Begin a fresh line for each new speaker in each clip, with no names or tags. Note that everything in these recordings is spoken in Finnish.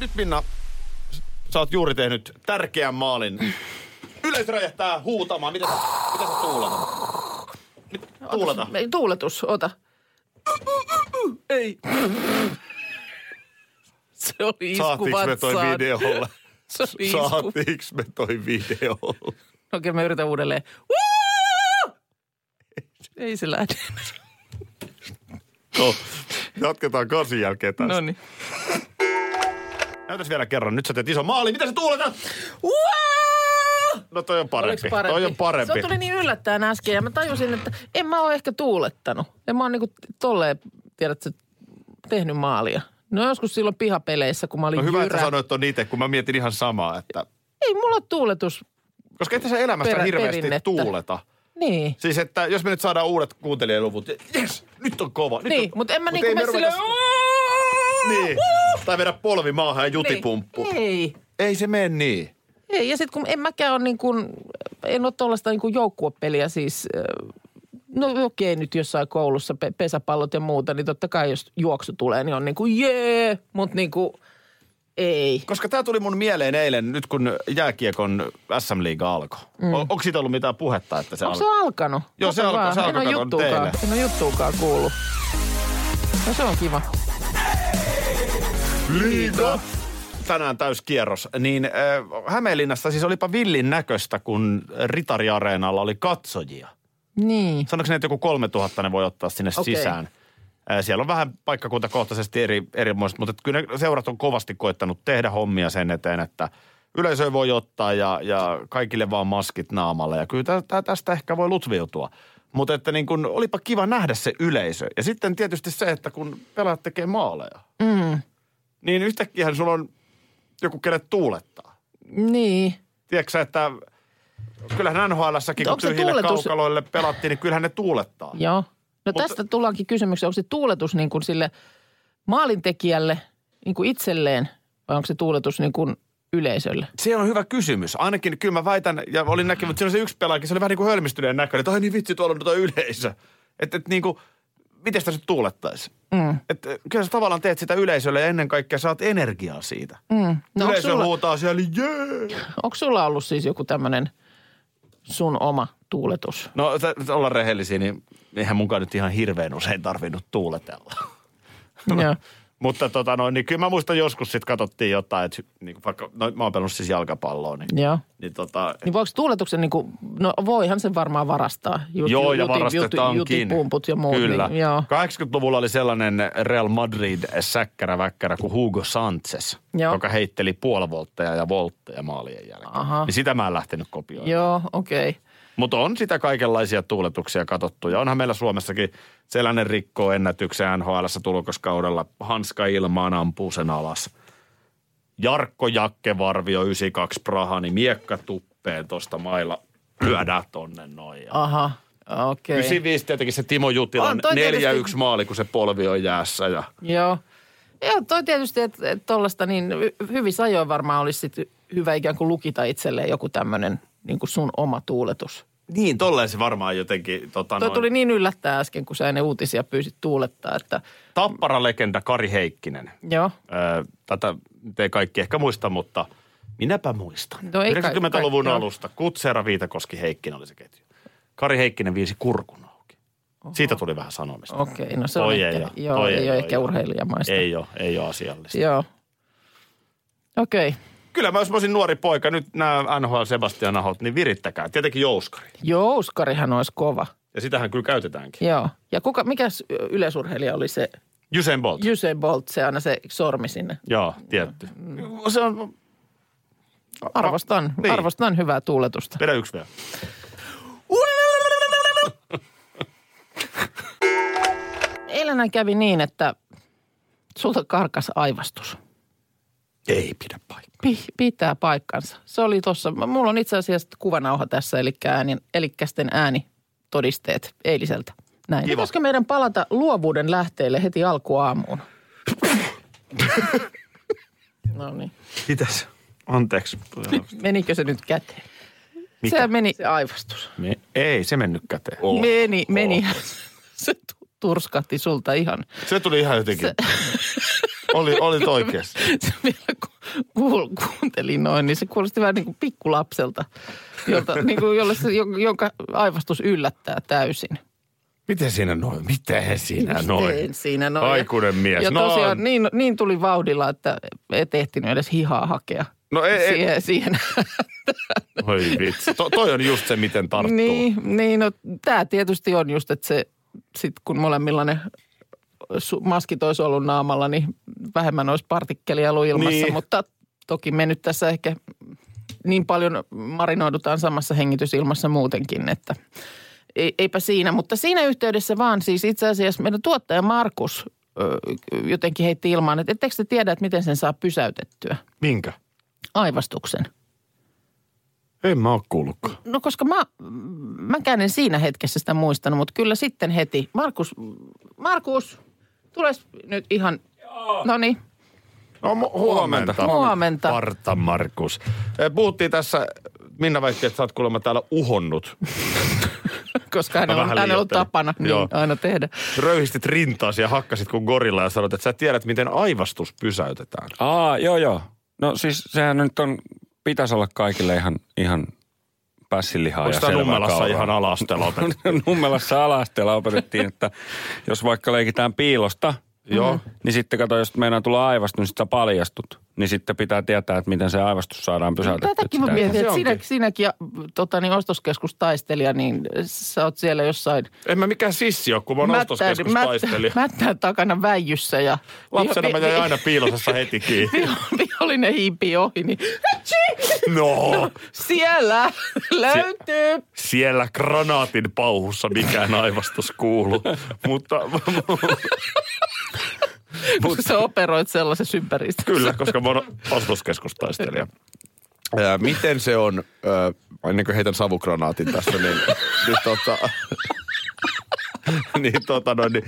Nyt Minna, s- sä oot juuri tehnyt tärkeän maalin. Yleisö räjähtää huutamaan. Mitä, sä- mitä sä tuulata? Nyt
No,
Tuulata.
Ei, tuuletus, ota. Ei. Se oli isku
Saatiinko me toi
vatsaan.
videolla?
Se oli isku.
Saatiinks me toi videolla?
Okei, mä yritän uudelleen. Woo! Ei se lähde.
No, jatketaan kansin jälkeen tästä.
No niin.
Näytäs vielä kerran. Nyt sä teet ison maalin. Mitä sä tuuletat? No toi on parempi. Toi on parempi.
Se tuli niin yllättäen äsken ja mä tajusin, että en mä oo ehkä tuulettanut. En mä oo niinku tolleen, tiedätkö, tehnyt maalia. No joskus silloin pihapeleissä, kun mä olin
No hyvä, että
jyrä.
sä sanoit ton itse, kun mä mietin ihan samaa, että...
Ei mulla ole tuuletus.
Koska ette sä elämässä
Perä-
hirveästi
perinnettä.
tuuleta.
Niin.
Siis että jos me nyt saadaan uudet kuuntelijaluvut, yes, nyt on kova. Nyt
Niin,
on...
mutta en mä
mut
niinku
ei
mene
me
silleen...
ruveta- Niin, tai vedä polvi maahan ja jutipumppu.
Niin. Ei.
Ei se mene niin.
Ei, ja sitten kun en mäkään ole niin kuin, en ole tuollaista niin kuin joukkuepeliä siis, äh, no okei nyt jossain koulussa pe- pesäpallot ja muuta, niin totta kai jos juoksu tulee, niin on niin kuin jee, mutta niin kuin ei.
Koska tämä tuli mun mieleen eilen, nyt kun jääkiekon SM-liiga alkoi. Mm. Onko siitä ollut mitään puhetta, että se
Onko se
alkoi?
alkanut?
Joo, se
Kato
alkoi-
vaan.
se alkoi,
En
kato,
ole juttuukaan,
teille.
en ole juttuukaan kuullut. No se on kiva.
Liiga! Tänään täyskierros. Niin äh, Hämeenlinnassa siis olipa villin näköistä, kun Ritariareenalla oli katsojia.
Niin.
Sanoiko ne, että joku 3000 ne voi ottaa sinne okay.
Okei.
sisään? Ää, Siellä on vähän paikkakuntakohtaisesti eri, eri muistot, mutta et kyllä ne seurat on kovasti koettanut tehdä hommia sen eteen, että yleisö voi ottaa ja, ja kaikille vaan maskit naamalle. Ja kyllä tä, tä, tästä ehkä voi lutviutua. Mutta että niin kun, olipa kiva nähdä se yleisö. Ja sitten tietysti se, että kun pelaat tekee maaleja, mm. niin yhtäkkiä sulla on joku, kenet tuulettaa.
Niin.
Tiedätkö sä, että kyllähän NHLssäkin, kun
Onko se
tyhjille
tuuletus-
kaukaloille pelattiin, niin kyllähän ne tuulettaa.
Joo. No
Mutta-
Mutta... tästä tullaankin kysymykseen, onko se tuuletus niin kuin sille maalintekijälle niin kuin itselleen vai onko se tuuletus niin kuin yleisölle?
Se on hyvä kysymys. Ainakin kyllä mä väitän, ja olin näkynyt, mutta siinä oli se yksi pelaajakin, se oli vähän niin kuin hölmistyneen näköinen, että ai niin vitsi, tuolla on tuo yleisö. Että et, niin kuin, miten sitä nyt tuulettaisi? Mm. Et, eh, kyllä sä tavallaan teet sitä yleisölle ja ennen kaikkea saat energiaa siitä. Mm.
No onko
Yleisö
sulla,
huutaa siellä, jee!
onko sulla ollut siis joku tämmöinen sun oma tuuletus?
No tä- tä- olla rehellisiä, niin eihän munkaan nyt ihan hirveän usein tarvinnut tuuletella. No.
Joo.
Mutta tota noin, niin kyllä mä muistan joskus sit katsottiin jotain, että niin vaikka, no mä oon pelannut siis jalkapalloa, niin,
Joo.
niin tota,
Niin voiko tuuletuksen niin kuin, no voihan sen varmaan varastaa. Jut,
Joo, ja
juti-
varastetaankin.
Jutipumput ja muut.
Kyllä.
Niin, joo.
80-luvulla oli sellainen Real Madrid-säkkäräväkkärä kuin Hugo Sanchez,
Joo.
joka heitteli puolivoltteja ja voltteja maalien jälkeen.
Aha.
Niin sitä mä en lähtenyt kopioimaan.
Joo, okei. Okay.
Mutta on sitä kaikenlaisia tuuletuksia katsottu. Ja onhan meillä Suomessakin sellainen rikkoo ennätyksen NHLssä tulokaskaudella. Hanska ilmaan ampuu sen alas. Jarkko Jakke Varvio 92 Praha, niin miekka tuppeen tuosta mailla lyödään tonne noin. Ja
Aha, okei. Okay.
95 tietenkin se Timo Jutilan
On toi
4-1
tietysti-
maali, kun se polvi on jäässä. Ja...
Joo. Joo, toi tietysti, että et tuollaista niin hy- hyvissä ajoin varmaan olisi sit hyvä ikään kuin lukita itselleen joku tämmöinen niin kuin sun oma tuuletus.
Niin, tolleen se varmaan jotenkin... Tota,
Toi
noin,
tuli niin yllättää äsken, kun sä ennen uutisia pyysit tuulettaa, että
Tappara-legenda Kari Heikkinen.
joo.
Öö, tätä te ei kaikki ehkä muista, mutta minäpä muistan.
No ei kai-
90-luvun
kai- joo.
alusta Kutsera Viitakoski Heikkinen oli se ketju. Kari Heikkinen viisi kurkun auki. Siitä tuli vähän sanomista.
Okei, no se on
Toi ei
ehkä,
oo,
joo,
toi
ei,
ei
ole
oo,
ehkä
joo.
urheilijamaista.
Ei ole, ei ole asiallista.
Joo. Okei,
Kyllä mä jos mä olisin nuori poika, nyt nämä NHL Sebastian Ahot, niin virittäkää. Tietenkin jouskari.
jouskarihan olisi kova.
Ja sitähän kyllä käytetäänkin.
Joo. Ja kuka, mikäs yleisurheilija oli se
Usain Bolt.
Usain Bolt, se aina se sormi sinne.
Joo, tietty. Se on,
Arvostan,
Niin.
arvostan hyvää tuuletusta.
vedä yksi vielä.
Eilen kävi niin, että sulta karkas aivastus.
Ei pidä paikkaa.
Pi- pitää paikkansa. Se oli tuossa, mulla on itse asiassa kuvanauha tässä, eli ääni, elikkä sitten äänitodisteet eiliseltä. Näin.
Kiva.
Pitäisikö meidän palata luovuuden lähteille heti alkuaamuun? no niin.
Mitäs? Anteeksi.
Menikö se nyt käteen?
Mikä?
Se meni, se aivastus.
Me, ei se mennyt käteen.
Oh. Meni, meni. Se tu- turskahti sulta ihan.
Oh. Se tuli ihan jotenkin. oli, oli oikeassa.
Se vielä ku- kuul, kuuntelin noin, niin se kuulosti vähän niin kuin pikkulapselta, jolta, niin kuin jolle se, jo- jonka aivastus yllättää täysin.
Miten siinä noin? Miten siinä
Miten
noin?
siinä noin.
Aikuinen mies.
Ja
No.
tosiaan niin, niin tuli vauhdilla, että et ehtinyt edes hihaa hakea.
No ei, ei.
siihen, siihen.
Oi vitsi. To, toi on just se, miten tarttuu.
Niin, niin no, tämä tietysti on just, että se, sit kun molemmilla ne su- maskit olisi ollut naamalla, niin vähemmän olisi partikkelia ollut ilmassa.
Niin.
Niin. Mutta toki me nyt tässä ehkä niin paljon marinoidutaan samassa hengitysilmassa muutenkin, että ei, eipä siinä. Mutta siinä yhteydessä vaan siis itse asiassa meidän tuottaja Markus ö, jotenkin heitti ilmaan, että ettekö te tiedä, että miten sen saa pysäytettyä
Minkä?
aivastuksen?
En mä oo kuullutkaan.
No koska mä, mäkään en siinä hetkessä sitä muistanut, mutta kyllä sitten heti. Markus, Markus, tules nyt ihan, no niin,
No, mu- huomenta.
Huomenta.
Parta Markus. Eh, Puhuttiin tässä, Minna väitti, että sä oot kuulemma täällä uhonnut.
koska
Mä
hänellä on,
vähän
hänellä on
liioittelin.
tapana niin
Joo.
aina tehdä.
Röyhistit rintaasi ja hakkasit kuin gorilla ja sanoit, että sä tiedät, miten aivastus pysäytetään.
Aa, joo joo. No siis sehän nyt on, pitäisi olla kaikille ihan, ihan pässilihaa
Onko
ja
sitä
selvää
nummelassa
kauraa.
ihan alastella otettu?
Nummelassa alasteella opetettiin, että jos vaikka leikitään piilosta,
Joo.
niin sitten kato, jos meinaa tulla aivastus, niin sit sä paljastut. Niin sitten pitää tietää, että miten se aivastus saadaan pysäytettyä.
Tätäkin mä
Sitä ei-
mietin,
Se
että
onkin.
sinä, sinäkin ja, tota, niin ostoskeskustaistelija, niin sä oot siellä jossain
En mä mikään sissi ole, kun mä oon ostoskeskustaistelija.
mättään, mättään takana väijyssä ja...
Lapsena mä
vi- vi-
jäin aina piilosessa heti kiinni.
vi- Vihollinen hiipii ohi, niin "Hatsi!"
No,
siellä löytyy
siellä granaatin pauhussa mikään aivastus kuuluu. Mutta
Koska sä operoit sellaisessa ympäristössä.
kyllä, koska mä oon ostoskeskustaistelija. Ää, miten se on, ää, ennen kuin heitän savukranaatin tässä, niin, niin tota... niin, tota noin, niin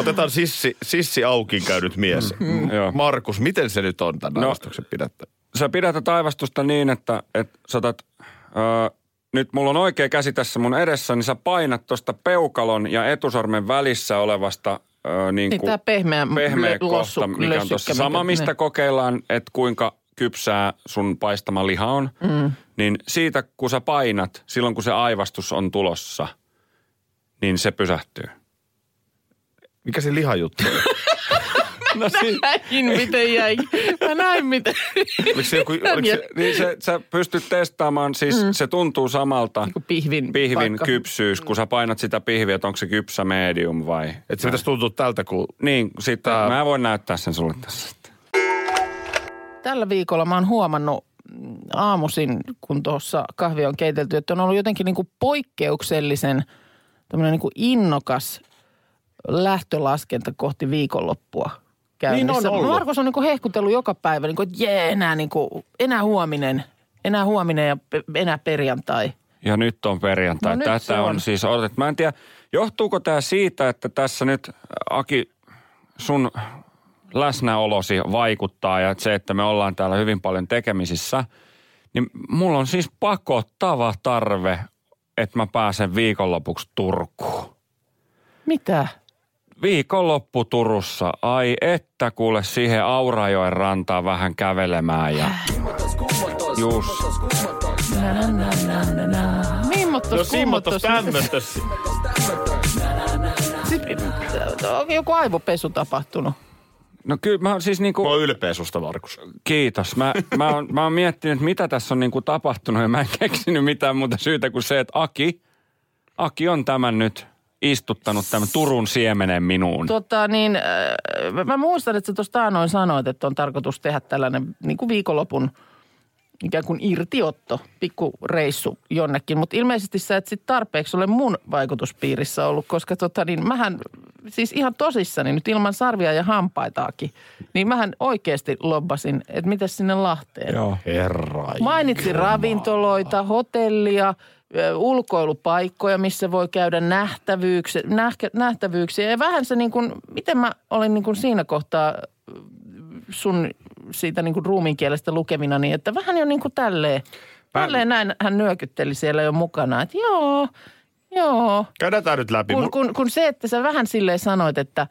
otetaan sissi, sissi auki käynyt mies.
Mm, Joo.
Markus, miten se nyt on tämän
No.
aivastuksen pidättä?
sä pidätät aivastusta niin, että, että sä otat, öö, nyt mulla on oikea käsi tässä mun edessä, niin sä painat tuosta peukalon ja etusormen välissä olevasta öö, niin
Niin
kuin
tää pehmeä m-
pehmeä
lö-
kohta,
lossu- Niin.
mikä on
lössykkä,
tuossa.
mikä-
Sama, mistä
ne.
kokeillaan, että kuinka kypsää sun paistama liha on, mm. niin siitä kun sä painat, silloin kun se aivastus on tulossa, niin se pysähtyy.
Mikä se lihajuttu on?
No si-
Näin, miten jäi. Mä näin, miten.
Oliko se joku, oliko se,
niin se, sä pystyt testaamaan, siis mm. se tuntuu samalta.
Joku Niin pihvin
pihvin
paikka.
kypsyys, kun sä painat sitä pihviä, että onko se kypsä medium vai...
Että se pitäisi tuntua tältä, kun...
Niin, sitten mä voin näyttää sen sulle tässä.
Tällä viikolla mä oon huomannut mm, aamuisin, kun tuossa kahvi on keitelty, että on ollut jotenkin niin kuin poikkeuksellisen tämmöinen niin kuin innokas lähtölaskenta kohti viikonloppua käynnissä.
Niin on ollut.
Markus on niin kuin hehkutellut joka päivä, niin kuin, että jee, enää, niin kuin, enää huominen, enää huominen ja pe- enää perjantai.
Ja nyt on perjantai.
No nyt se
Tätä on.
on.
siis odotettu. Mä en tiedä, johtuuko tämä siitä, että tässä nyt äh, Aki sun läsnäolosi vaikuttaa ja se, että me ollaan täällä hyvin paljon tekemisissä, niin mulla on siis pakottava tarve, että mä pääsen viikonlopuksi Turkuun.
Mitä?
viikonloppu Turussa. Ai että kuule siihen Aurajoen rantaan vähän kävelemään ja... Just.
Mimmottos,
No simmottos
kummottos, mitä-
tämmöttös.
Siis, onko joku aivopesu tapahtunut?
No kyllä mä oon siis
Mä
niinku...
oon ylpeä susta, Markus.
Kiitos. Mä, mä, oon, mä oon miettinyt, mitä tässä on niinku tapahtunut ja mä en keksinyt mitään muuta syytä kuin se, että Aki, Aki on tämän nyt istuttanut tämän Turun siemenen minuun.
Tota niin, äh, mä- mä muistan, että sä tuossa taanoin sanoit, että on tarkoitus tehdä tällainen niin kuin viikonlopun ikään kuin irtiotto, pikkureissu jonnekin. Mutta ilmeisesti sä et sit tarpeeksi ole mun vaikutuspiirissä ollut, koska tota niin, mähän siis ihan tosissani nyt ilman sarvia ja hampaitaakin, niin mähän oikeasti lobbasin, että mitä sinne Lahteen.
Joo.
Herra.
Mainitsin ravintoloita, hotellia, ö, ulkoilupaikkoja, missä voi käydä nähtävyyksiä. Nähkä, nähtävyyksiä. Ja vähän se niin kuin, miten mä olin niin kuin siinä kohtaa ö, sun siitä niin kuin ruumiinkielestä lukemina, niin että vähän jo niin kuin tälleen. Tälleen näin hän nyökytteli siellä jo mukana, että joo, joo.
Käydään tää nyt läpi.
Kun, kun, kun se, että sä vähän silleen sanoit, että,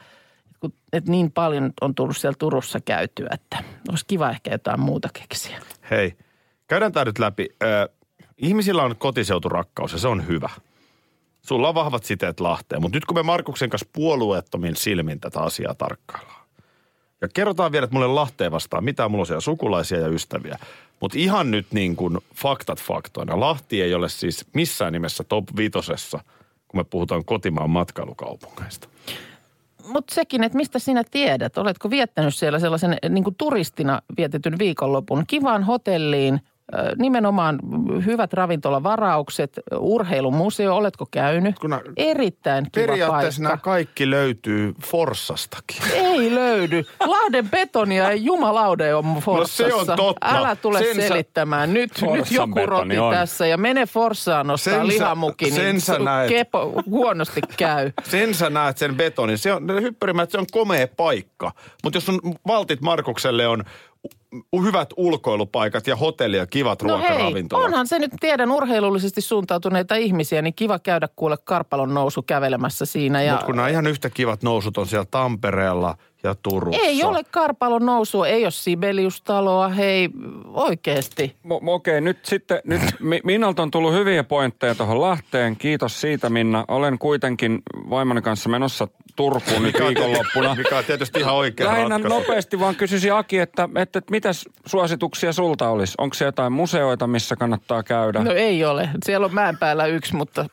kun- että niin paljon on tullut siellä Turussa käytyä, että olisi kiva ehkä jotain muuta keksiä.
Hei, käydään tämä nyt läpi. Ö, ihmisillä on kotiseuturakkaus ja se on hyvä. Sulla on vahvat siteet Lahteen, mutta nyt kun me Markuksen kanssa puolueettomin silmin tätä asiaa tarkkaillaan. Ja kerrotaan vielä, että mulle Lahteen vastaan, mitä mulla on siellä sukulaisia ja ystäviä. Mutta ihan nyt niin kuin faktat faktoina. Lahti ei ole siis missään nimessä top vitosessa, kun me puhutaan kotimaan matkailukaupungeista.
Mutta sekin, että mistä sinä tiedät? Oletko viettänyt siellä sellaisen niin kuin turistina vietetyn viikonlopun kivaan hotelliin, ö, nimenomaan hyvät ravintolavaraukset, urheilumuseo, oletko käynyt?
Kun nää-
Erittäin kiva
Periaatteessa nämä
paikka.
kaikki löytyy Forssastakin.
Ei löydy. Lahden betonia ei jumalaude on Forssassa.
No se on totta.
Älä tule
Sen sä-
selittämään. Nyt, nyt
Forssan
joku roti
betoni on.
tässä ja mene Forssaan ostaa
Sen sä-
lihamukin,
sen
niin
sä
sun
näet.
kepo huonosti käy.
Sen sä näet sen betonin. Se on, ne hyppyrimät, se on komea paikka. Mutta jos sun valtit Markukselle on u- hyvät ulkoilupaikat ja hotelli ja kivat
No hei,
ruokaravintolat.
onhan se nyt, tiedän urheilullisesti suuntautuneita ihmisiä, niin kiva käydä kuule Karpalon nousu kävelemässä siinä. Ja
Mutta kun nämä ihan yhtä kivat nousut on siellä Tampereella ja Turussa.
ei ole Karpalon nousua, ei ole Sibeliustaloa, hei oikeasti.
Äh.
Mo- mo- Okei, nyt sitten, nyt Mi- Minnalta on tullut hyviä pointteja tuohon Lahteen. Kiitos siitä, Minna. Olen kuitenkin vaimon kanssa menossa Turkuun nyt viikonloppuna.
Mikä on tietysti ihan oikea
Lähinnä
ratkaisu.
nopeasti vaan kysyisin Aki, että, että, että mitäs suosituksia sulta olisi? Onko se jotain museoita, missä kannattaa käydä?
No ei ole, siellä on mäen päällä yksi, mutta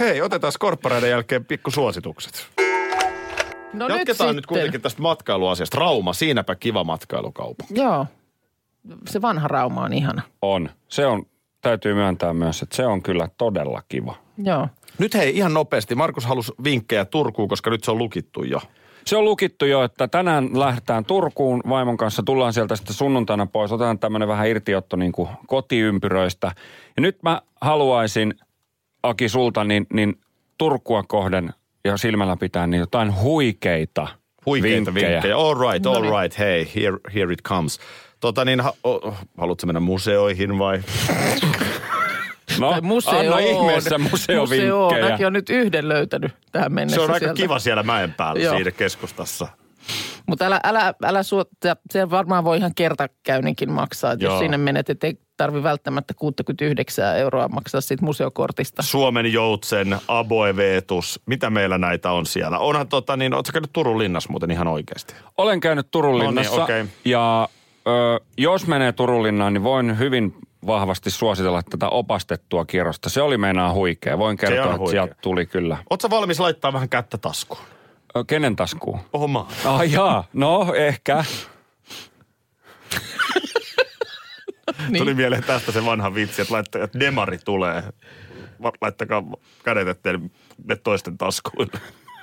Hei, otetaan korppareiden jälkeen pikkusuositukset.
no nyt
Jatketaan
sitten.
nyt, kuitenkin tästä matkailuasiasta. Rauma, siinäpä kiva matkailukaupunki.
Joo, se vanha Rauma on ihana.
On. Se on, täytyy myöntää myös, että se on kyllä todella kiva.
Joo.
Nyt hei, ihan nopeasti. Markus halusi vinkkejä Turkuun, koska nyt se on lukittu jo.
Se on lukittu jo, että tänään lähdetään Turkuun vaimon kanssa, tullaan sieltä sitten sunnuntaina pois, otetaan tämmöinen vähän irtiotto niin kuin kotiympyröistä. Ja nyt mä haluaisin, Aki sulta, niin, niin Turkua kohden ja silmällä pitää niin jotain huikeita,
Huikeita vinkkejä. vinkkejä. All right, all
No niin.
right. Hei, here, here it comes. Tota niin, ha- o- o- haluatko mennä museoihin vai?
No,
Ah,
Tai museo
anna
on.
ihmeessä
Museo on.
museovinkkejä.
Mäkin on nyt yhden löytänyt tähän mennessä
Se on aika
sieltä.
kiva siellä mäen päällä
Joo.
siinä keskustassa.
Mutta älä, älä, älä suotta, se varmaan voi ihan kertakäynninkin maksaa. Että
Joo.
jos sinne menet, et ei tarvi välttämättä 69 euroa maksaa siitä museokortista.
Suomen Joutsen, Aboe Veetus, mitä meillä näitä on siellä? Onhan tota niin, ootko käynyt Turun linnassa muuten ihan oikeasti?
Olen käynyt Turun
No niin,
linnassa
okei.
ja ö, jos menee Turun linnaan, niin voin hyvin vahvasti suositella tätä opastettua kierrosta. Se oli meinaa huikea. Voin kertoa,
on
että
huikea.
sieltä tuli kyllä.
Ootko valmis laittaa vähän kättä taskuun?
Ö, kenen taskuun?
Omaa.
Ai jaa, no ehkä.
Niin. Tuli mieleen tästä se vanha vitsi, että, laittaa, että demari tulee. Va- Laittakaa kädet ettei ne toisten taskuille.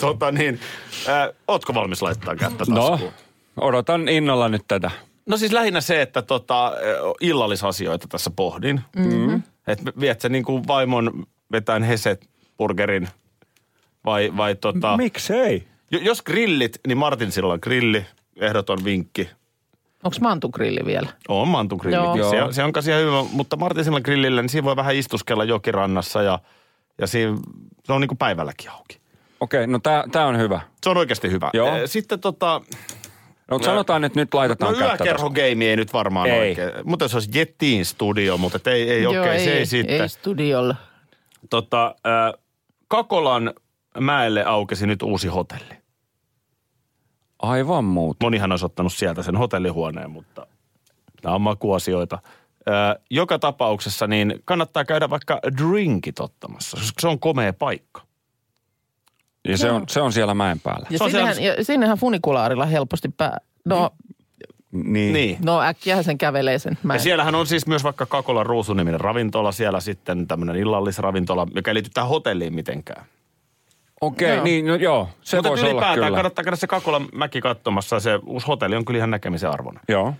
Tota niin, äh, ootko valmis laittaa kättä
No,
taskuun?
odotan innolla nyt tätä.
No siis lähinnä se, että tota, illallisasioita tässä pohdin. Mm-hmm. Että viet sä niin kuin vaimon vetään heset burgerin vai, vai tota...
Miksei?
Jo- jos grillit, niin Martin silloin grilli, ehdoton vinkki.
Onko mantugrilli vielä?
On mantun grillikin.
Joo.
Se, se on kanssa ihan hyvä, mutta Martin silloin grillillä, niin siinä voi vähän istuskella jokirannassa ja, ja siinä, se on niin kuin päivälläkin auki.
Okei, no tää, tää on hyvä.
Se on oikeasti hyvä.
Joo.
Eh, Sitten tota,
No, sanotaan, että nyt
no
laitetaan kättä taskuun.
yökerhogeimi ei nyt varmaan
Ei.
oikein. Mutta se olisi Jetin studio, mutta et ei, ei okei, okay, se ei, sitten.
Ei studiolla.
Tota, äh, Kakolan mäelle aukesi nyt uusi hotelli.
Aivan muuta.
Monihan olisi ottanut sieltä sen hotellihuoneen, mutta nämä on makuasioita. Ö, joka tapauksessa niin kannattaa käydä vaikka drinkit ottamassa, koska se on komea paikka.
Ja se on, se on siellä mäen päällä.
Ja,
Se on
sinnehän,
siellä-
ja sinnehän funikulaarilla helposti pää... No,
Niin.
Niin.
No äkkiähän sen kävelee sen. Mä
Ja
en.
siellähän on siis myös vaikka Kakolan ruusuniminen ravintola, siellä sitten tämmöinen illallisravintola, joka ei liity tähän hotelliin mitenkään.
Okei, okay,
Joo.
niin, no joo, se
Mutta
voisi olla
ylipäätään
kyllä.
kannattaa käydä se Kakolan mäki katsomassa, se uusi hotelli on kyllä ihan näkemisen arvoinen.
Joo.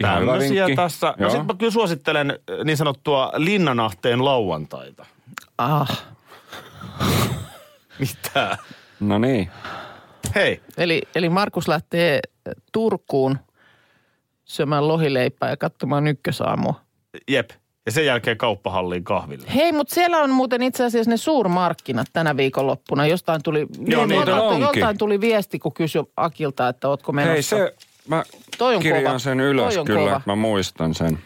Ihan hyvä
Tämmöisiä
vinkki.
tässä. No
Joo.
sit mä kyllä suosittelen äh, niin sanottua Linnanahteen lauantaita.
Ah.
Mitä?
No niin.
Hei,
Eli, eli Markus lähtee Turkuun syömään lohileipää ja katsomaan ykkösaamua.
jep. Ja sen jälkeen kauppahalliin kahville.
Hei, mutta siellä on muuten itse asiassa ne suurmarkkinat tänä viikonloppuna. Jostain tuli,
Joo, niitä
joltain-
onkin.
joltain tuli viesti, kun kysyi Akilta, että ootko menossa.
Hei se, mä
Toi on
kirjaan
kova.
sen ylös
Toi on
kyllä,
kova.
että mä muistan sen.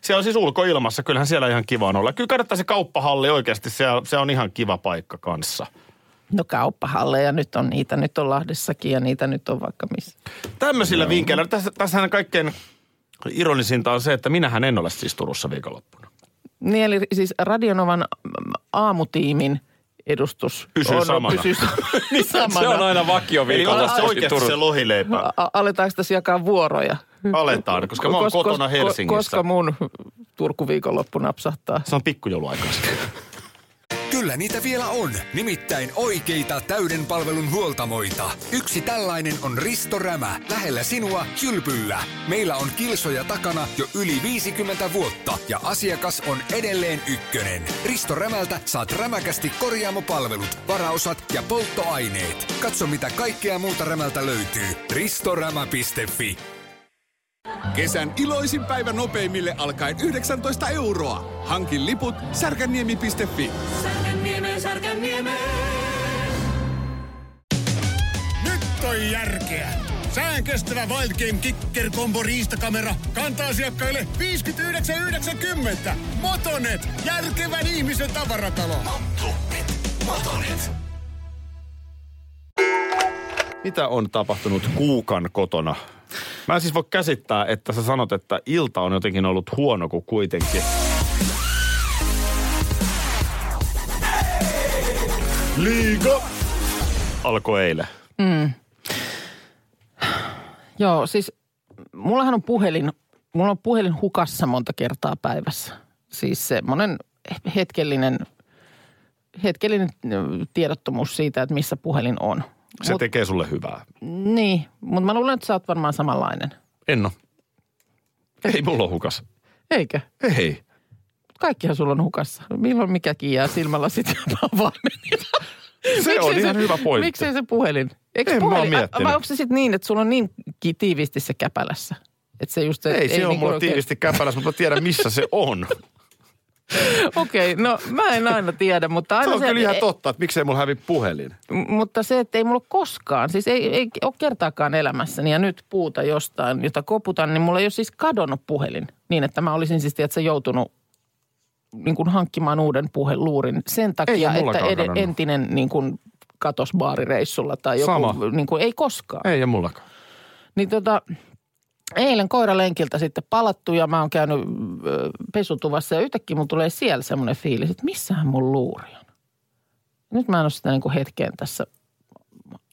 Siellä on siis ulkoilmassa, kyllähän siellä ihan kiva on olla. Kyllä kannattaa se kauppahalli oikeasti, se, se on ihan kiva paikka kanssa.
No kauppahalleja nyt on, niitä nyt on Lahdessakin ja niitä nyt on vaikka missä.
Tämmöisillä vinkkeillä. Tässä, tässähän kaikkein ironisinta on se, että minähän en ole siis Turussa viikonloppuna.
Niin eli siis Radionovan mm, aamutiimin edustus
Pysyy
on,
samana.
Pysyy niin samana.
Se on aina vakio
Eli ota se oikeasti se lohileipä.
A- aletaanko tässä jakaa vuoroja?
Aletaan, koska mä oon
Kos-
kotona
kos-
Helsingissä.
Koska mun Turku-viikonloppu napsahtaa.
Se on pikkujouluaikaista.
Kyllä niitä vielä on, nimittäin oikeita täyden palvelun huoltamoita. Yksi tällainen on Risto Rämä, lähellä sinua, kylpyllä. Meillä on kilsoja takana jo yli 50 vuotta ja asiakas on edelleen ykkönen. Risto Rämältä saat rämäkästi korjaamopalvelut, varaosat ja polttoaineet. Katso mitä kaikkea muuta Rämältä löytyy. ristorämä.fi
Kesän iloisin päivä nopeimmille alkaen 19 euroa. Hankin liput särkänniemi.fi.
Nyt on järkeä. Sään kestävä Wild Game Kicker Combo riistakamera kantaa asiakkaille 59,90. Motonet, järkevän ihmisen tavaratalo.
Mitä on tapahtunut kuukan kotona? Mä en siis voi käsittää, että sä sanot, että ilta on jotenkin ollut huono, kun kuitenkin... Liiga! Alkoi eilen.
Joo, siis mullahan on puhelin, mulla on puhelin hukassa monta kertaa päivässä. Siis semmoinen hetkellinen, hetkellinen ö, tiedottomuus siitä, että missä puhelin on.
Se Mut... tekee sulle hyvää.
Niin, mutta mä luulen, että sä oot varmaan samanlainen.
En oo. Ei mulla ole hukas.
Eikö?
Ei.
Kaikkihan sulla on hukassa. Milloin mikäkin jää silmällä sitten vaan
Se on ihan hyvä pointti.
Miksei se puhelin? Eikö
En mä
puhelin?
oon miettinyt.
Vai onko se sitten niin, että sulla on niin ki- tiiviisti se käpälässä? Että se just,
Ei, se ei on
niinku
mulla
oikein-
tiivisti käpälässä, mutta mä tiedän missä se on.
Okei, no mä en aina tiedä, mutta
Se
aina
on kyllä ihan
e-
totta, että miksei mulla hävi puhelin.
m- Mutta se, että ei mulla koskaan, siis ei, ei ole kertaakaan elämässäni ja nyt puuta jostain, jota koputan, niin mulla ei ole siis kadonnut puhelin. Niin, että mä olisin siis, että joutunut niin kuin hankkimaan uuden puheluurin sen takia,
ole
että
mullakaan
ed-
kadonnut.
entinen niin kuin katos baarireissulla tai joku,
Sama.
niin kuin, ei koskaan.
Ei ja mullakaan.
Niin tota, eilen koiralenkiltä sitten palattu ja mä oon käynyt ö, pesutuvassa ja yhtäkkiä mun tulee siellä semmoinen fiilis, että missähän mun luuri on. Nyt mä en ole sitä niin kuin hetkeen tässä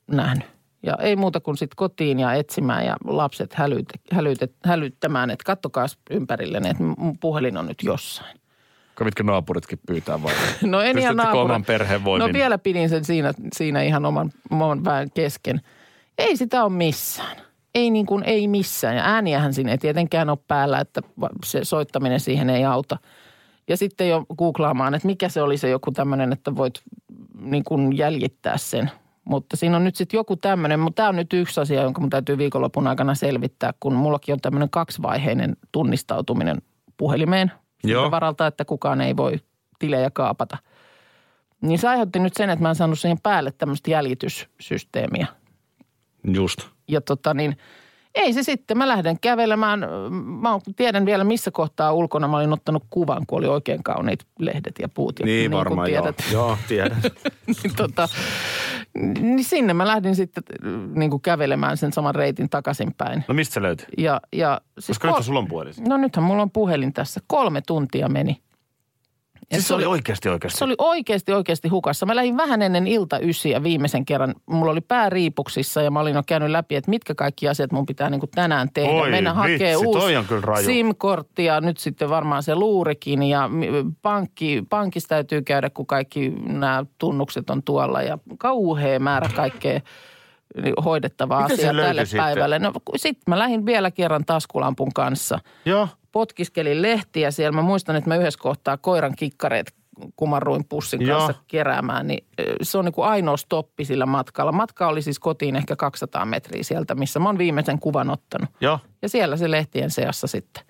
nähnyt. Ja ei muuta kuin sitten kotiin ja etsimään ja lapset hälyt, hälytet, hälyttämään, että kattokaa ympärille, että mun puhelin on nyt jossain.
Mitkä naapuritkin pyytää vai?
No en ihan
Pystyttekö
naapura.
oman perheen voimin?
No vielä pidin sen siinä, siinä ihan oman, oman väen kesken. Ei sitä ole missään. Ei niin kuin, ei missään. Ja ääniähän siinä ei tietenkään ole päällä, että va- se soittaminen siihen ei auta. Ja sitten jo googlaamaan, että mikä se oli se joku tämmöinen, että voit niin kuin jäljittää sen. Mutta siinä on nyt sitten joku tämmöinen, mutta tämä on nyt yksi asia, jonka mun täytyy viikonlopun aikana selvittää, kun mullakin on tämmöinen kaksivaiheinen tunnistautuminen puhelimeen.
Joo.
Siltä varalta, että kukaan ei voi tilejä kaapata. Niin se aiheutti nyt sen, että mä en saanut siihen päälle tämmöistä jäljityssysteemiä.
Just.
Ja tota niin, ei se sitten. Mä lähden kävelemään. Mä oon- tiedän vielä missä kohtaa ulkona mä olin ottanut kuvan, kun oli oikein kauniit lehdet ja puut. ja
Niin
kuin
varmaan joo.
tiedät.
Joo, tiedän.
niin, tota, niin sinne mä lähdin sitten niin kuin kävelemään sen saman reitin takaisinpäin.
No mistä se löytyy?
Ja, ja siis
Koska
kol-
nyt sulla on puhelin.
No nythän mulla on puhelin tässä. Kolme tuntia meni.
Siis se oli oikeasti oikeasti.
Se oli oikeasti, oikeasti hukassa. Mä lähdin vähän ennen ilta ysiä viimeisen kerran. Mulla oli pää riipuksissa ja mä olin jo käynyt läpi, että mitkä kaikki asiat mun pitää niin kuin tänään tehdä.
Oi
Mennä hakee
vitsi,
uusi
toi on kyllä raju.
SIM-kortti ja nyt sitten varmaan se luurikin. Ja m- pankki, pankissa täytyy käydä, kun kaikki nämä tunnukset on tuolla. Ja kauhea määrä kaikkea niin hoidettavaa
Miten se
asiaa
löytyi
tälle
sitten?
päivälle. No sitten mä lähdin vielä kerran taskulampun kanssa –
Joo.
potkiskelin lehtiä siellä. Mä muistan, että mä yhdessä kohtaa koiran kikkareet kumarruin pussin
Joo.
kanssa keräämään, niin ö, se on niin kuin ainoa stoppi sillä matkalla. Matka oli siis kotiin ehkä 200 metriä sieltä, missä mä oon viimeisen kuvan ottanut.
Joo.
Ja siellä se lehtien seassa sitten.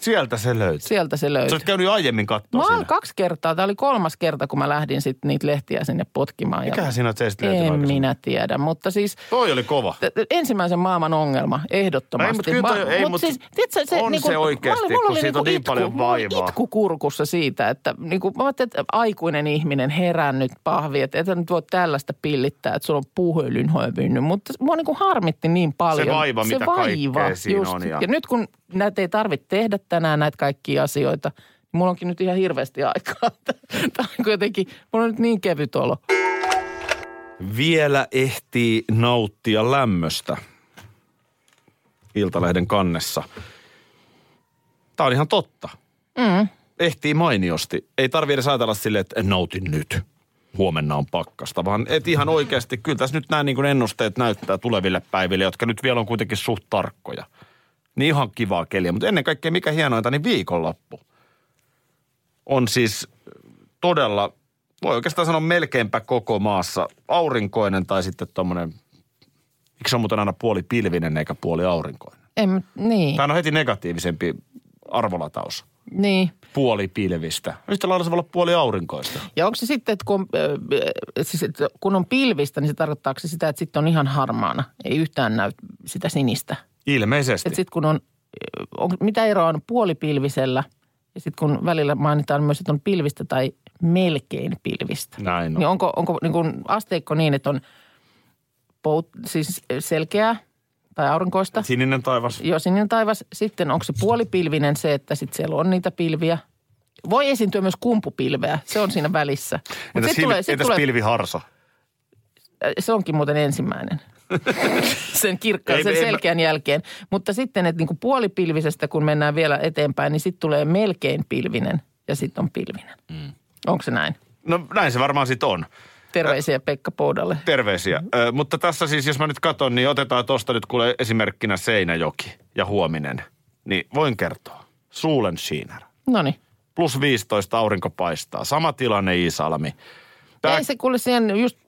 Sieltä se löytyi.
Sieltä se
Sä
löytyi.
oot käynyt jo aiemmin katsoa
Mä
siinä.
oon kaksi kertaa, tämä oli kolmas kerta, kun mä lähdin sitten niitä lehtiä sinne potkimaan.
Mikähän siinä on, että se ei sit löytynyt
En
aikaisemmin?
minä tiedä, mutta siis
Toi oli kova.
t- t- ensimmäisen maailman ongelma, ehdottomasti.
Ei, mut kyllä
Ma-
toi- ei,
mut
mut
siis, tiedätkö, se,
on
niinku,
se oikeesti,
mulla oli- mulla
kun
oli
siitä on
niinku
niin paljon
itku, mulla oli
vaivaa.
itku kurkussa siitä, että niinku, mä ajattelin, että aikuinen ihminen herännyt pahvi, että et sä nyt voi tällaista pillittää, että sulla on puhelin hävinnyt. Mutta mua niinku harmitti niin paljon.
Se vaiva,
se
mitä
vaiva,
kaikkea siinä
just.
on ja-
ja nyt kun näitä ei tarvitse tehdä tänään näitä kaikkia asioita, niin mulla onkin nyt ihan hirveästi aikaa. Tämä on jotenkin, mulla on nyt niin kevyt olo.
Vielä ehtii nauttia lämmöstä. Iltalehden kannessa. Tämä on ihan totta. Mm. Ehtii mainiosti. Ei tarvi edes ajatella silleen, että nautin nyt. Huomenna on pakkasta, vaan et ihan oikeasti. Kyllä tässä nyt nämä niin kuin ennusteet näyttää tuleville päiville, jotka nyt vielä on kuitenkin suht tarkkoja. Niin ihan kivaa keliä, mutta ennen kaikkea mikä hienointa, niin viikonloppu on siis todella, voi oikeastaan sanoa melkeinpä koko maassa, aurinkoinen tai sitten tuommoinen, eikö se on muuten aina puoli pilvinen eikä puoli aurinkoinen?
En, niin,
Tämä on heti negatiivisempi arvolataus.
niin.
Puoli pilvistä. Yhtä lailla se voi olla puoli aurinkoista.
Ja onko se sitten, että kun, on, äh, siis, että kun on pilvistä, niin se tarkoittaako se sitä, että sitten on ihan harmaana? Ei yhtään näy sitä sinistä.
Ilmeisesti.
Että sitten kun on, äh, on, mitä eroa on puolipilvisellä ja sitten kun välillä mainitaan myös, että on pilvistä tai melkein pilvistä.
Näin on.
Niin onko, onko niin kun asteikko niin, että on pout, siis selkeää tai aurinkoista?
Sininen taivas.
Joo, sininen taivas. Sitten onko se puolipilvinen se, että sitten siellä on niitä pilviä? Voi esiintyä myös kumpupilveä, se on siinä välissä. Mut
Entäs,
sit
hilvi,
tulee- sit
entäs
tulee-
pilviharsa?
äh, Se onkin muuten ensimmäinen. sen kirkkaan,
Ei,
sen
en mä-
selkeän jälkeen. Mutta sitten, että niinku puolipilvisestä kun mennään vielä eteenpäin, niin sitten tulee melkein pilvinen ja sitten on pilvinen. Mm. Onko se näin?
No näin se varmaan sitten on.
Terveisiä Pekka Poudalle.
Terveisiä.
Mm-hmm.
Ö, mutta tässä siis, jos mä nyt katson, niin otetaan tuosta nyt kuule esimerkkinä Seinäjoki ja Huominen. Niin voin kertoa. Suulen Shiner.
No niin.
Plus 15 aurinko paistaa. Sama tilanne Iisalmi. Tää,
Ei se kuule siihen just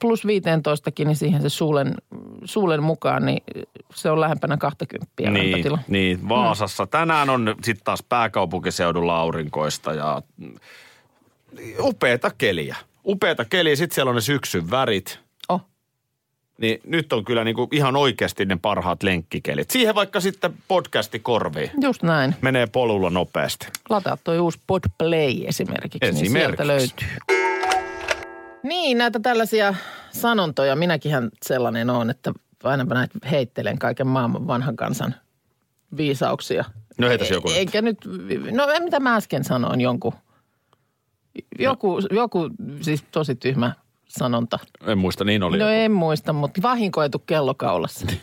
plus 15kin, niin siihen se suulen, suulen mukaan, niin se on lähempänä 20
niin,
lämpötila.
niin, Vaasassa. Tänään on sitten taas pääkaupunkiseudulla aurinkoista ja mm, upeeta keliä. Upeeta keliä. Sitten siellä on ne syksyn värit.
Oh.
Niin nyt on kyllä niinku ihan oikeasti ne parhaat lenkkikelit. Siihen vaikka sitten podcasti korviin.
Just näin.
Menee polulla nopeasti.
Lataa toi uusi Podplay esimerkiksi, niin sieltä
Esimerkiksi.
löytyy. Niin, näitä tällaisia sanontoja. Minäkinhän sellainen on, että aina mä näitä heittelen kaiken maailman vanhan kansan viisauksia.
No heitäs joku nyt.
Eikä nyt, no en, mitä mä äsken sanoin, jonkun.
No.
Joku, joku siis tosi tyhmä sanonta.
En muista, niin oli.
No
joku.
en muista, mutta vahinko ei tule kellokaulassa.
Niin.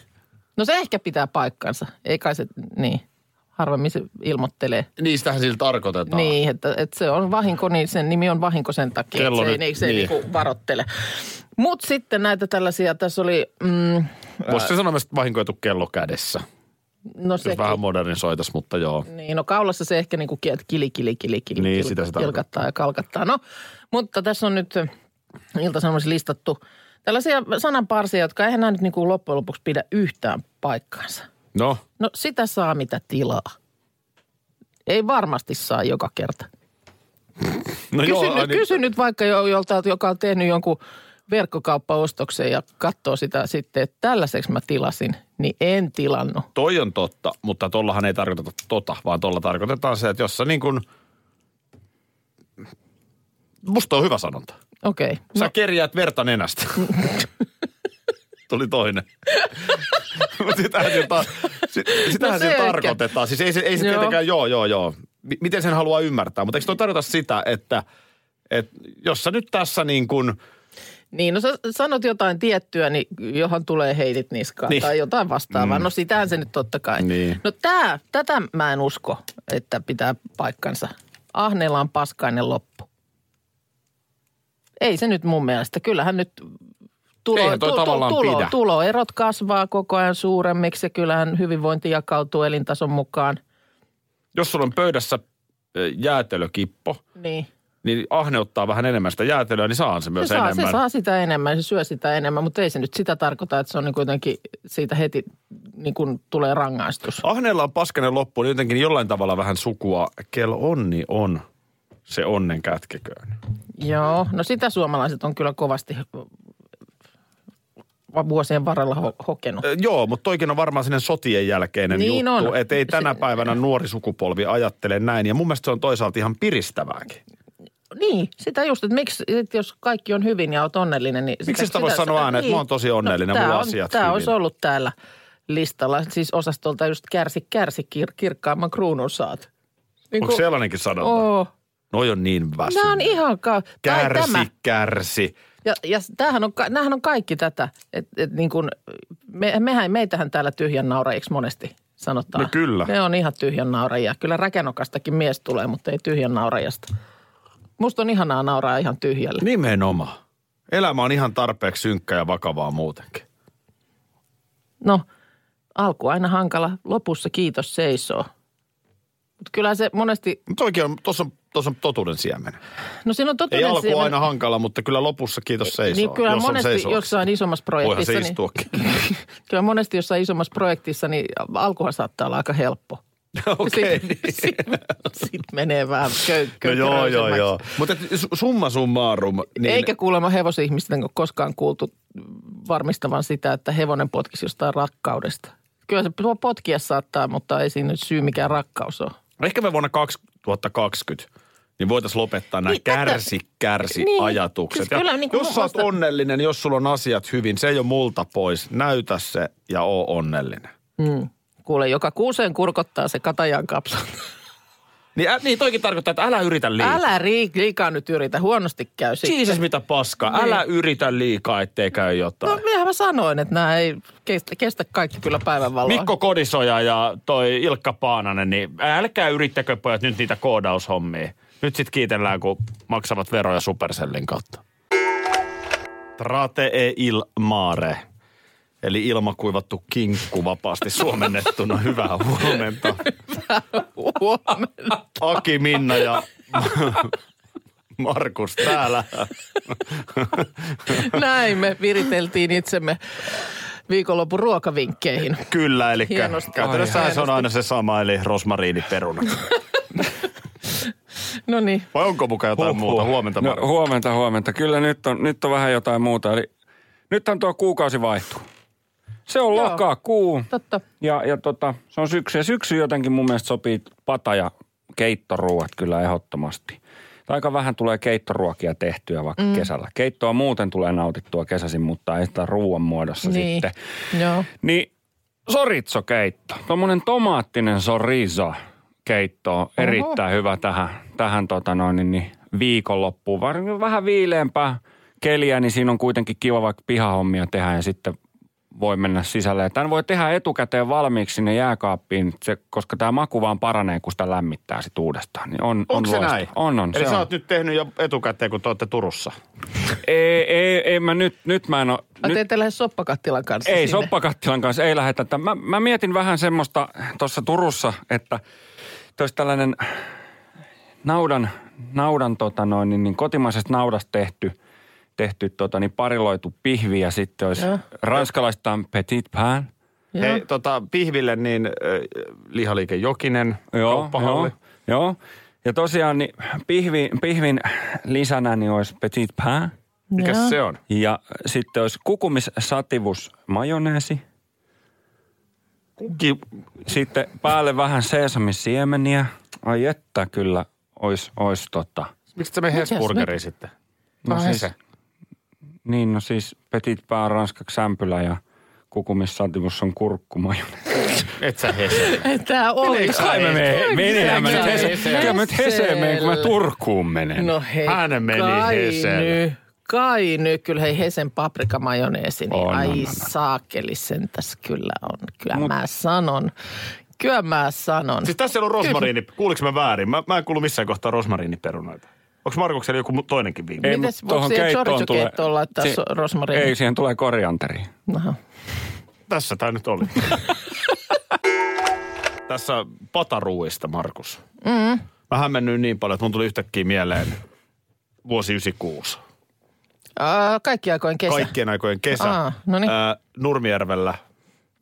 No se ehkä pitää paikkansa. Ei kai se, niin. Harvemmin se ilmoittelee.
Niistähän Niin, sillä tarkoitetaan.
Niin, että, että se on vahinko, niin sen nimi on vahinko sen takia,
Kello
että se,
nyt,
ei- ei, se ei
niin.
niinku varottele. Mutta sitten näitä tällaisia, tässä oli, mm,
Voisi se sanoa myös että vahinkoitu kello kädessä.
no
Jos
se,
vähän modernisoitas, mutta joo.
niin, no kaulassa se ehkä niinku kiel- kili, kili, kili, kili,
Niin,
kil-
sitä se
kilkattaa ja kalkattaa. No, mutta tässä on nyt ilta listattu tällaisia sananparsia, jotka eihän nämä nyt niinku loppujen lopuksi pidä yhtään paikkaansa.
No,
No sitä saa mitä tilaa. Ei varmasti saa joka kerta.
no
kysy,
joo,
nyt,
niin-
kysy nyt vaikka jo, jolta, joka on tehnyt jonkun verkkokauppaostoksen ja katsoo sitä sitten, että tällaiseksi mä tilasin, niin en tilannut.
Toi on totta, mutta tollahan ei tarkoiteta tota, vaan tolla tarkoitetaan se, että jos sä niin kuin... Musta on hyvä sanonta.
Okei. Okay.
Sä no. kerjäät verta nenästä. Tuli toinen. Mutta sitähän se, ta- sit, sitähän
No
se
se ehkä.
tarkoitetaan. Siis ei se, ei se
Joo.
tietenkään, joo, joo, joo. mi- miten sen haluaa ymmärtää. Mutta eikö tuo tarkoita sitä, että, että jos sä nyt tässä niin kuin,
Niin, no sä sanot jotain tiettyä, niin johon tulee heitit niskaan
Niin.
niin. tai jotain vastaavaa. Mm. No sitähän se nyt totta kai.
Niin.
No tää, tätä mä en usko, että pitää paikkansa. Ahneella on paskainen loppu. Ei se nyt mun mielestä. Kyllähän nyt tulo,
Eihän toi tavallaan
tulo,
pidä.
tuloerot kasvaa koko ajan suuremmiksi ja kyllähän hyvinvointi jakautuu elintason mukaan.
jos sulla on pöydässä ö, jäätelökippo,
Niin.
niin ahne ottaa vähän enemmän sitä jäätelöä, niin saan se myös
se saa,
enemmän.
se saa sitä enemmän, se syö sitä enemmän, mutta ei se nyt sitä tarkoita, että se on niin kuitenkin siitä heti niin kuin tulee rangaistus.
Ahneella on paskainen loppu, niin jotenkin jollain tavalla vähän sukua. Kel onni on, se onnen kätkeköön.
Joo, no sitä suomalaiset on kyllä kovasti va- vuosien varrella ho- hokenut.
Ö, Joo, mutta toikin on varmaan sinne sotien jälkeinen
Niin
juttu,
on.
että ei tänä
Se-
päivänä nuori sukupolvi ajattele näin. Ja mun mielestä se on toisaalta ihan piristävääkin.
Niin, sitä just, että miksi, että jos kaikki on hyvin ja oot onnellinen, niin...
Miksi sitä voi sanoa ääneen, että mä oon tosi onnellinen,
No, tää
mulla
on,
asiat
Tämä
hyvin.
olisi ollut täällä listalla, siis osastolta just kärsi, kärsi, kir, kirkkaamman kruunun saat. Niin
Onko sellainenkin sanonta?
Oo.
Noi on niin väsynyt.
Nämä on ihan... Ka- tai
Kärsi,
tämä.
kärsi.
Ja, ja tämähän on, ka- näähän on kaikki tätä, että et niin kuin, me, mehän, meitähän täällä tyhjän naurajiksi monesti sanotaan.
No kyllä.
Ne on ihan tyhjän naurajia. Kyllä räkänokastakin mies tulee, mutta ei tyhjän naurajasta. Musta on ihanaa nauraa ihan
Niin.
tyhjälle.
Nimenomaan. Elämä on ihan tarpeeksi synkkä ja vakavaa muutenkin.
No, alku aina hankala, lopussa kiitos seisoo. Mutta kyllä se monesti,
Mutta oikein on, tuossa on, tuossa on totuuden siemen.
no siinä on
Ei
totuuden
alku
siemen-
aina hankala, mutta kyllä lopussa kiitos seisoo.
Niin kyllä
jos
monesti
on seisoo.
jossain isommassa
Voihan
projektissa,
se istuakin.
niin, kyllä monesti jossain isommassa projektissa, niin alkuhan saattaa olla aika helppo.
Okei.
Sitten sit, sit menee vähän köy,
No joo, joo,
köykäröisemmäksi.
joo. Mutta summa summarum. Niin,
Eikä kuulemma hevosihmisten ole koskaan kuultu varmistavan sitä, että hevonen potkisi jostain rakkaudesta. Kyllä se tuo potkia saattaa, mutta ei siinä nyt syy mikään rakkaus ole.
Ehkä me vuonna 2020 niin voitaisiin lopettaa nämä
Niin, tätä-
kärsi, kärsi
Niin,
ajatukset.
siis kyllä
ja
niin kuin
jos
mä
sä oot
vastaan-
onnellinen, jos sulla on asiat hyvin, se ei ole multa pois. Näytä se ja oo onnellinen.
Kuule, joka kuuseen kurkottaa se katajan kapsa.
Niin, ä, niin toikin tarkoittaa, että älä yritä liikaa.
Älä riik- liikaa nyt yritä, huonosti käy sitten.
Jeesus, mitä paskaa.
Niin.
Älä yritä liikaa, ettei käy jotain.
No minähän mä sanoin, että nämä ei kestä, kestä kaikki kyllä päivänvaloa.
Mikko Kodisoja ja toi Ilkka Paananen, niin älkää yrittäkö pojat nyt niitä koodaushommia. Nyt sit kiitellään, kun maksavat veroja Supercellin kautta. Trate e il mare. Eli ilmakuivattu kinkku vapaasti suomennettuna. Hyvää huomenta.
Huomenna.
Aki, Minna ja Markus täällä.
Näin me viriteltiin itsemme viikonlopun ruokavinkkeihin.
Kyllä, eli
Hienosti.
käytännössähän se on aina se sama, eli rosmariiniperuna.
No niin,
Vai onko mukaan jotain
Huhhuh.
muuta? Huomenta,
No,
Markus.
huomenta, huomenta. Kyllä nyt on, nyt on vähän jotain muuta. Eli nythän tuo kuukausi vaihtuu. Se on
Joo.
lokakuu
totta.
ja, ja tota, se on syksy. Ja syksy jotenkin mun mielestä sopii pata- ja keittoruuat kyllä ehdottomasti. Aika vähän tulee keittoruokia tehtyä vaikka mm. kesällä. Keittoa muuten tulee nautittua kesäisin, mutta ei sitä ruoan muodossa
Niin.
sitten.
Joo.
Niin soritsokeitto, tuommoinen tomaattinen sorizo keitto on erittäin hyvä tähän, tähän tota noin, niin, niin viikonloppuun. Var- Vähän viileämpää keliä, niin siinä on kuitenkin kiva vaikka pihahommia tehdä ja sitten voi mennä sisälle. Ja Tämän voi tehdä etukäteen valmiiksi sinne jääkaappiin, se, koska tämä maku vaan paranee, kun sitä lämmittää sit uudestaan. Niin on, on
Onko se
loista-
näin?
On, on.
Eli
se
sä
on.
oot nyt tehnyt jo etukäteen, kun te olette Turussa.
Ei, ei, ei, mä nyt, nyt mä en ole...
Ai
nyt...
te ette lähde soppakattilan kanssa
Ei,
sinne.
soppakattilan kanssa ei lähetä. Tää- Mä, mä mietin vähän semmoista tuossa Turussa, että toisi tällainen naudan, naudan tota noin, niin, niin kotimaisesta naudasta tehty, tehty tota, niin pariloitu pihvi ja sitten olisi
Joo.
ranskalaista petit pain.
Joo.
Hei, tota, pihville niin äh, lihaliike Jokinen,
Joo,
kauppahalli.
joo, joo. Ja tosiaan niin pihvi, pihvin lisänä niin olisi petit pain.
Mikäs
Joo.
se on?
Ja sitten olisi kukumissativus majoneesi.
Kuki,
Sitten päälle vähän sesamisiemeniä. Ai että kyllä ois, ois tota.
miksi se menee Hesburgeriin sitten?
siis No siis, niin no siis petit pää ranskaksi sämpylä ja kukumissaatimus on kurkkumaju.
Et sä hese.
Tämä oli.
Kai mä menen. Menin mä nyt
Heseen.
Heseen. Kyllä mä nyt Heseen menen, kun mä
Heselle.
Turkuun menen.
No hei,
Hän meni
kai
Heselle.
nyt, Kai nyt, kyllä hei Hesen paprikamajoneesi, niin
On,
ai
on, on, on.
saakeli sen tässä kyllä on. Kyllä mä sanon, kyllä mä sanon.
Siis tässä ei ollut rosmariini. Kuuliko mä väärin? Mä, mä en kuulu missään kohtaa rosmariiniperunoita. Onko Markuksella joku mu- toinenkin vinkki?
Ei,
Mitäs
mut tohon
voiko siihen
keittoon tulee-
chorizo-keittoon laittaa
Si-
so- rosmariini?
Ei, siihen tulee korianteri.
Aha.
Tässä tämä nyt oli. Tässä pataruuista, Markus. Mm. Mä hämmennyin niin paljon, että mun tuli yhtäkkiä mieleen vuosi 96.
Ää, kaikki aikojen kesä.
Kaikkien aikojen kesä.
Aa, no niin.
Ää, Nurmijärvellä.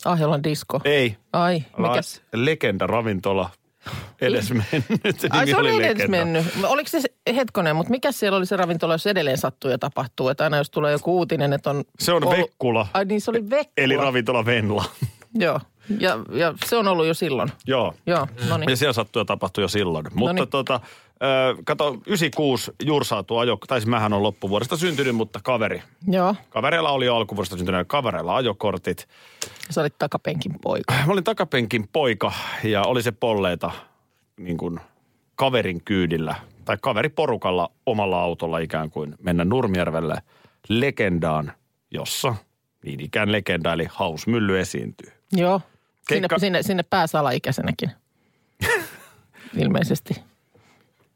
Ahjolan disko.
Ei.
Ai,
La-
mikäs?
legenda ravintola. Edes mennyt.
Ai se oli edes
legenda.
mennyt. Oliko se se- hetkonen, mutta mikä siellä oli se ravintola, jos edelleen sattuu ja tapahtuu? Että aina jos tulee joku uutinen, että on...
Se on
ollut-
Vekkula. E-
Ai niin, se oli Vekkula.
Eli ravintola Venla.
Joo, ja, ja se on ollut jo silloin.
Joo.
Joo, no
Ja
niin. No
siellä sattui ja tapahtui jo silloin. Mutta
Noniin.
tota, ö, kato, 96 jursaatu ajo, tai siis mähän on loppuvuodesta syntynyt, mutta kaveri.
Joo,
Kavereilla oli jo alkuvuodesta syntynyt kavereilla ajokortit.
sä olit takapenkin poika.
Mä olin takapenkin poika ja oli se polleita niin kuin kaverin kyydillä tai kaveriporukalla omalla autolla ikään kuin mennä Nurmijärvelle legendaan, jossa niin ikään legenda eli hausmylly esiintyy.
Joo, sinne,
Keikka-
sinne, sinne pääsi alaikäisenäkin. Ilmeisesti.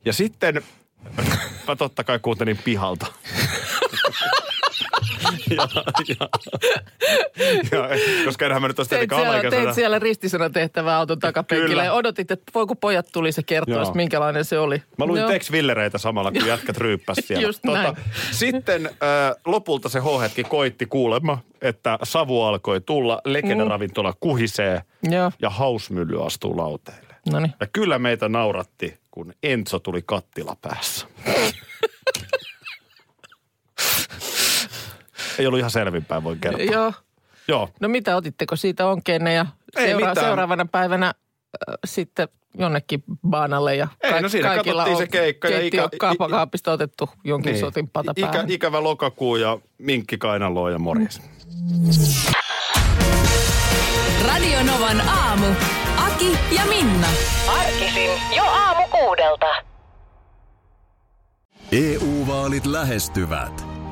Ja sitten mä totta kai kuuntelin pihalta. ja, ja, ja, koska enhän mä nyt ole
Teit
tietenkään
siellä, teit
alaikäisenä.
siellä ristisanatehtävää auton takapenkillä
Kyllä.
ja odotit, että voi kun pojat tuli se kertoa,
Joo.
että minkälainen se oli.
Mä luin
Joo.
tekstillereitä samalla, kun jätkät ryyppäs siellä.
No.
Tota,
Just näin.
Sitten äh, lopulta se H-hetki koitti kuulemma, että savu alkoi tulla,
Mm.
legendaravintola kuhisee
Joo,
ja hausmylly astuu lauteille.
no niin.
Ja kyllä meitä nauratti, kun Enzo tuli kattila päässä. Ei ollut ihan selvinpäin, voin kertoa.
Joo.
Joo.
No mitä, otitteko siitä onkeenne ja
Ei
seura-
mitään.
seuraavana päivänä äh, sitten jonnekin baanalle ja
Ei, no siinä
kaikilla
katsottiin
on
se keikka ja
keittiö-
ikä- Niin.
kaapa- kaapista otettu jonkin sotin pata
Ikä,
päähän.
ikävä lokakuu ja minkki kainaloa ja morjes.
Radio Novan aamu. Aki ja Minna.
Arkisin jo aamu kuudelta.
EU-vaalit E lähestyvät.